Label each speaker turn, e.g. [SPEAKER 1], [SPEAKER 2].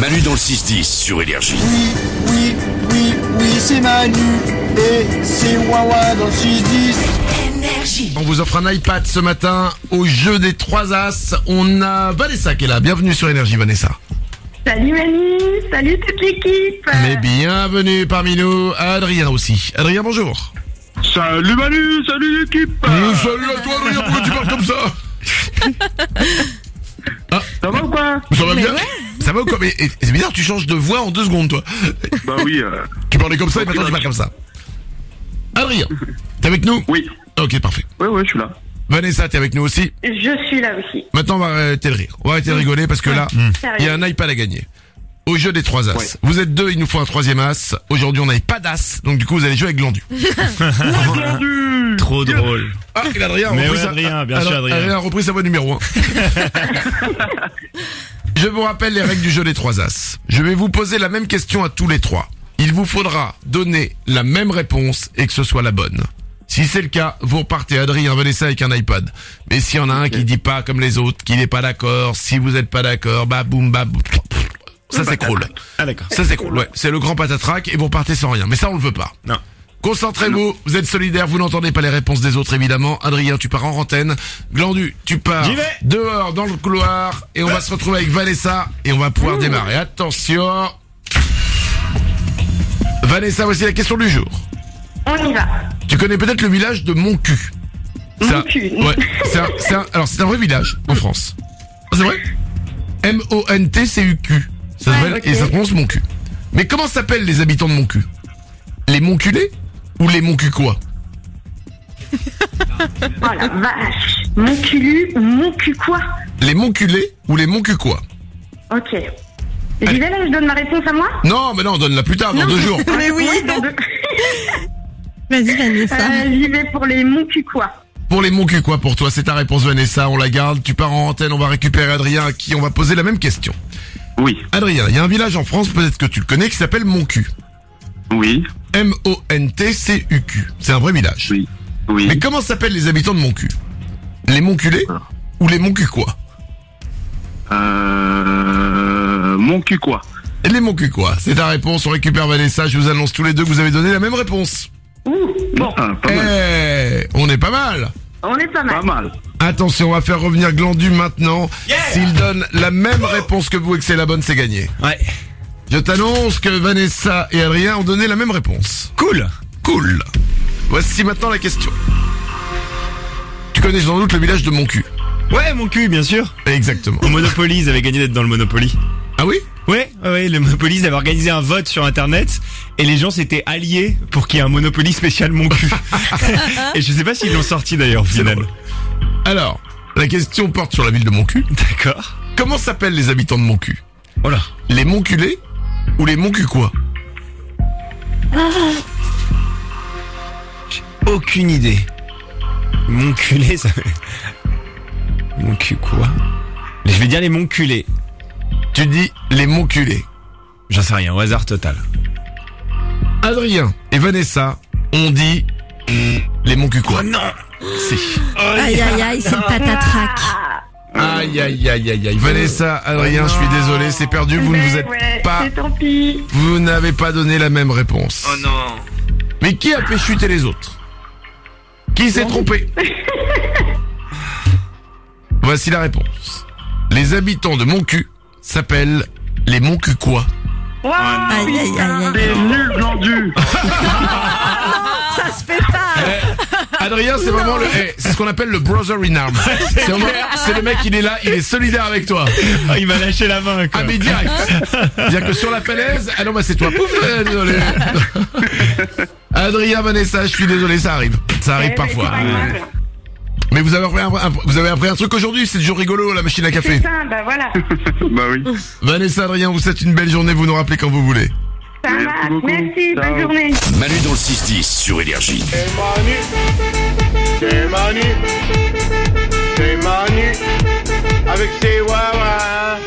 [SPEAKER 1] Manu dans le 6-10 sur Énergie.
[SPEAKER 2] Oui, oui, oui, oui, c'est Manu et c'est Wawa dans le 6-10.
[SPEAKER 3] On vous offre un iPad ce matin au jeu des trois as. On a Vanessa qui est là. Bienvenue sur Énergie Vanessa.
[SPEAKER 4] Salut Manu, salut toute l'équipe.
[SPEAKER 3] Mais bienvenue parmi nous Adrien aussi. Adrien bonjour. Euh,
[SPEAKER 5] Salut Manu, salut l'équipe
[SPEAKER 3] salut à toi Adrien, pourquoi tu parles comme ça
[SPEAKER 5] Ça va ou
[SPEAKER 3] Ah.
[SPEAKER 5] quoi
[SPEAKER 3] Ça va bien Ça va ou quoi Mais, et- et C'est bizarre, tu changes de voix en deux secondes toi.
[SPEAKER 5] Bah oui, euh,
[SPEAKER 3] Tu parlais comme ça et maintenant tu parles comme ça. Adrien, t'es avec nous
[SPEAKER 5] oui,
[SPEAKER 3] Ok parfait.
[SPEAKER 5] oui, oui, je suis là.
[SPEAKER 3] Vanessa, t'es avec nous aussi.
[SPEAKER 4] Je suis là aussi.
[SPEAKER 3] Maintenant, on va arrêter de rire. On va arrêter de rigoler parce que là, il y a un iPad à gagner. Au jeu des trois as.
[SPEAKER 5] Ouais.
[SPEAKER 3] Vous êtes deux, il nous faut un troisième as. Aujourd'hui, on n'avait pas d'as, donc du coup, vous allez jouer avec Glandu.
[SPEAKER 6] Trop drôle.
[SPEAKER 3] Ah, il a Adrien a
[SPEAKER 6] Mais
[SPEAKER 3] repris
[SPEAKER 6] ouais,
[SPEAKER 3] sa-
[SPEAKER 6] Adrien, bien sûr,
[SPEAKER 3] Alors,
[SPEAKER 6] Adrien.
[SPEAKER 3] a repris sa voix numéro 1. je vous rappelle les règles du jeu des trois as. Je vais vous poser la même question à tous les trois. Il vous faudra donner la même réponse et que ce soit la bonne. Si c'est le cas, vous repartez Adrien Vanessa avec un iPad. Mais s'il y en a un qui dit pas comme les autres, qui n'est pas d'accord, si vous n'êtes pas d'accord, bah boum, bah boum. Ça s'écroule.
[SPEAKER 6] Ah d'accord.
[SPEAKER 3] Ça s'écroule, ouais. C'est le grand patatrac et vous repartez sans rien. Mais ça, on le veut pas.
[SPEAKER 6] Non.
[SPEAKER 3] Concentrez-vous, vous êtes solidaires, vous n'entendez pas les réponses des autres évidemment. Adrien, tu pars en rantaine. Glandu, tu pars
[SPEAKER 6] J'y vais.
[SPEAKER 3] dehors dans le couloir et on va se retrouver avec Vanessa et on va pouvoir démarrer. Attention. Vanessa, voici la question du jour.
[SPEAKER 4] On y va.
[SPEAKER 3] Tu connais peut-être le village de Moncu. C'est un-
[SPEAKER 4] Moncu.
[SPEAKER 3] Ouais, c'est un, c'est un- alors c'est un vrai village en France. Ah, C'est vrai M-O-N-T-C-U-Q. Ça s'appelle,
[SPEAKER 4] Ouais, ok.
[SPEAKER 3] et ça se prononce Moncu. Mais comment s'appellent les habitants de Moncu Les Monculés ou les Moncucois
[SPEAKER 4] Oh la vache. Mon culu, mon cul quoi
[SPEAKER 3] Les Monculés ou les Moncucois
[SPEAKER 4] Ok. J'y vais là, je donne ma réponse à moi
[SPEAKER 3] Non, mais non, on donne la plus tard, dans deux jours.
[SPEAKER 7] Mais oui,
[SPEAKER 4] Oui, dans deux.
[SPEAKER 7] vas-y Vanessa.
[SPEAKER 4] Euh, J'y vais pour les mon cul quoi.
[SPEAKER 3] Pour les Moncucois, pour toi, c'est ta réponse Vanessa, on la garde. Tu pars en antenne, on va récupérer Adrien à qui on va poser la même question.
[SPEAKER 5] Oui,
[SPEAKER 3] Adrien, il y a un village en France, peut-être que tu le connais, qui s'appelle Moncu.
[SPEAKER 5] oui,
[SPEAKER 3] M-O-N-T-C-U-Q. C'est un vrai village.
[SPEAKER 5] oui, oui.
[SPEAKER 3] Mais comment s'appellent les habitants de Moncu Les Monculés
[SPEAKER 5] Voilà.
[SPEAKER 3] ou les Moncucois
[SPEAKER 5] Euh, mon cul quoi
[SPEAKER 3] Les Moncucois, c'est ta réponse, on récupère Vanessa, je vous annonce tous les deux que vous avez donné la même réponse.
[SPEAKER 4] Ouh, bon,
[SPEAKER 5] Ah, pas mal.
[SPEAKER 3] Eh, on est pas mal
[SPEAKER 4] on est pas
[SPEAKER 5] Pas
[SPEAKER 4] mal.
[SPEAKER 5] mal.
[SPEAKER 3] Attention, on va faire revenir Glandu maintenant.
[SPEAKER 6] Yeah
[SPEAKER 3] S'il donne la même réponse que vous et que c'est la bonne, c'est gagné.
[SPEAKER 6] Ouais.
[SPEAKER 3] Je t'annonce que Vanessa et Adrien ont donné la même réponse.
[SPEAKER 6] Cool.
[SPEAKER 3] Cool Voici maintenant la question. Tu connais sans doute le village de Moncu.
[SPEAKER 6] Ouais, mon cul, bien sûr.
[SPEAKER 3] Exactement.
[SPEAKER 6] Au Monopoly, ils avaient gagné d'être dans le Monopoly.
[SPEAKER 3] Ah oui
[SPEAKER 6] Ouais, ouais, ouais, le Monopoly, ils avaient organisé un vote sur Internet et les gens s'étaient alliés pour qu'il y ait un Monopoly spécial mon cul. et je sais pas s'ils l'ont sorti d'ailleurs au final.
[SPEAKER 3] drôle. Alors, la question porte sur la ville de Moncu.
[SPEAKER 6] D'accord.
[SPEAKER 3] Comment s'appellent les habitants de Moncu
[SPEAKER 6] Oh là.
[SPEAKER 3] Les Monculés ou les Moncucois
[SPEAKER 6] Aucune idée. Mon culé, ça fait... Mon cul quoi Je vais dire les monculés.
[SPEAKER 3] Tu dis les Monculés.
[SPEAKER 6] J'en sais rien, au hasard total.
[SPEAKER 3] Adrien et Vanessa ont dit les
[SPEAKER 4] Oh
[SPEAKER 3] Moncucois.
[SPEAKER 6] non
[SPEAKER 7] Aïe aïe aïe, c'est une patatrac.
[SPEAKER 3] Aïe aïe aïe aïe aïe. Vanessa, Adrien, je suis désolé, c'est perdu, vous ne vous
[SPEAKER 4] Ben
[SPEAKER 3] êtes
[SPEAKER 4] ouais,
[SPEAKER 3] pas
[SPEAKER 4] C'est tant pis.
[SPEAKER 3] vous n'avez pas donné la même réponse.
[SPEAKER 6] Oh non
[SPEAKER 3] Mais qui a fait chuter les autres Qui s'est trompé Voici la réponse. Les habitants de Moncu s'appellent les Moncucois.
[SPEAKER 4] Waouh,
[SPEAKER 7] Aïe aïe aïe aïe.
[SPEAKER 5] T'es nul, Glandu
[SPEAKER 7] Ça se fait pas.
[SPEAKER 6] Ah,
[SPEAKER 3] Adrien, c'est vraiment le, eh, c'est ce qu'on appelle le brother in arms. c'est vraiment- c'est le mec, il est là, il est solidaire avec toi.
[SPEAKER 6] Ah, Il m'a lâché la main quoi
[SPEAKER 3] Ah, mais direct.
[SPEAKER 6] Hein
[SPEAKER 3] Bien que sur la falaise, ah non, bah, c'est toi. Pouf, euh, désolé. Adrien, Vanessa, je suis désolé, ça arrive. Ça arrive
[SPEAKER 4] Eh ben,
[SPEAKER 3] parfois.
[SPEAKER 4] c'est pas grave.
[SPEAKER 3] Mais vous avez appris un, un- vous avez appris un truc aujourd'hui, c'est toujours rigolo, la machine à
[SPEAKER 4] C'est
[SPEAKER 3] café.
[SPEAKER 4] ça, bah voilà.
[SPEAKER 5] Bah oui.
[SPEAKER 3] Vanessa, Adrien, vous êtes une belle journée, vous nous rappelez quand vous voulez.
[SPEAKER 4] Ça
[SPEAKER 5] Merci
[SPEAKER 4] marche.
[SPEAKER 5] beaucoup.
[SPEAKER 4] Merci,
[SPEAKER 5] Ciao.
[SPEAKER 4] bonne journée.
[SPEAKER 1] Manu dans le 6-10 sur Énergie.
[SPEAKER 2] C'est Manu, c'est Manu, c'est Manu, avec ses Wawa.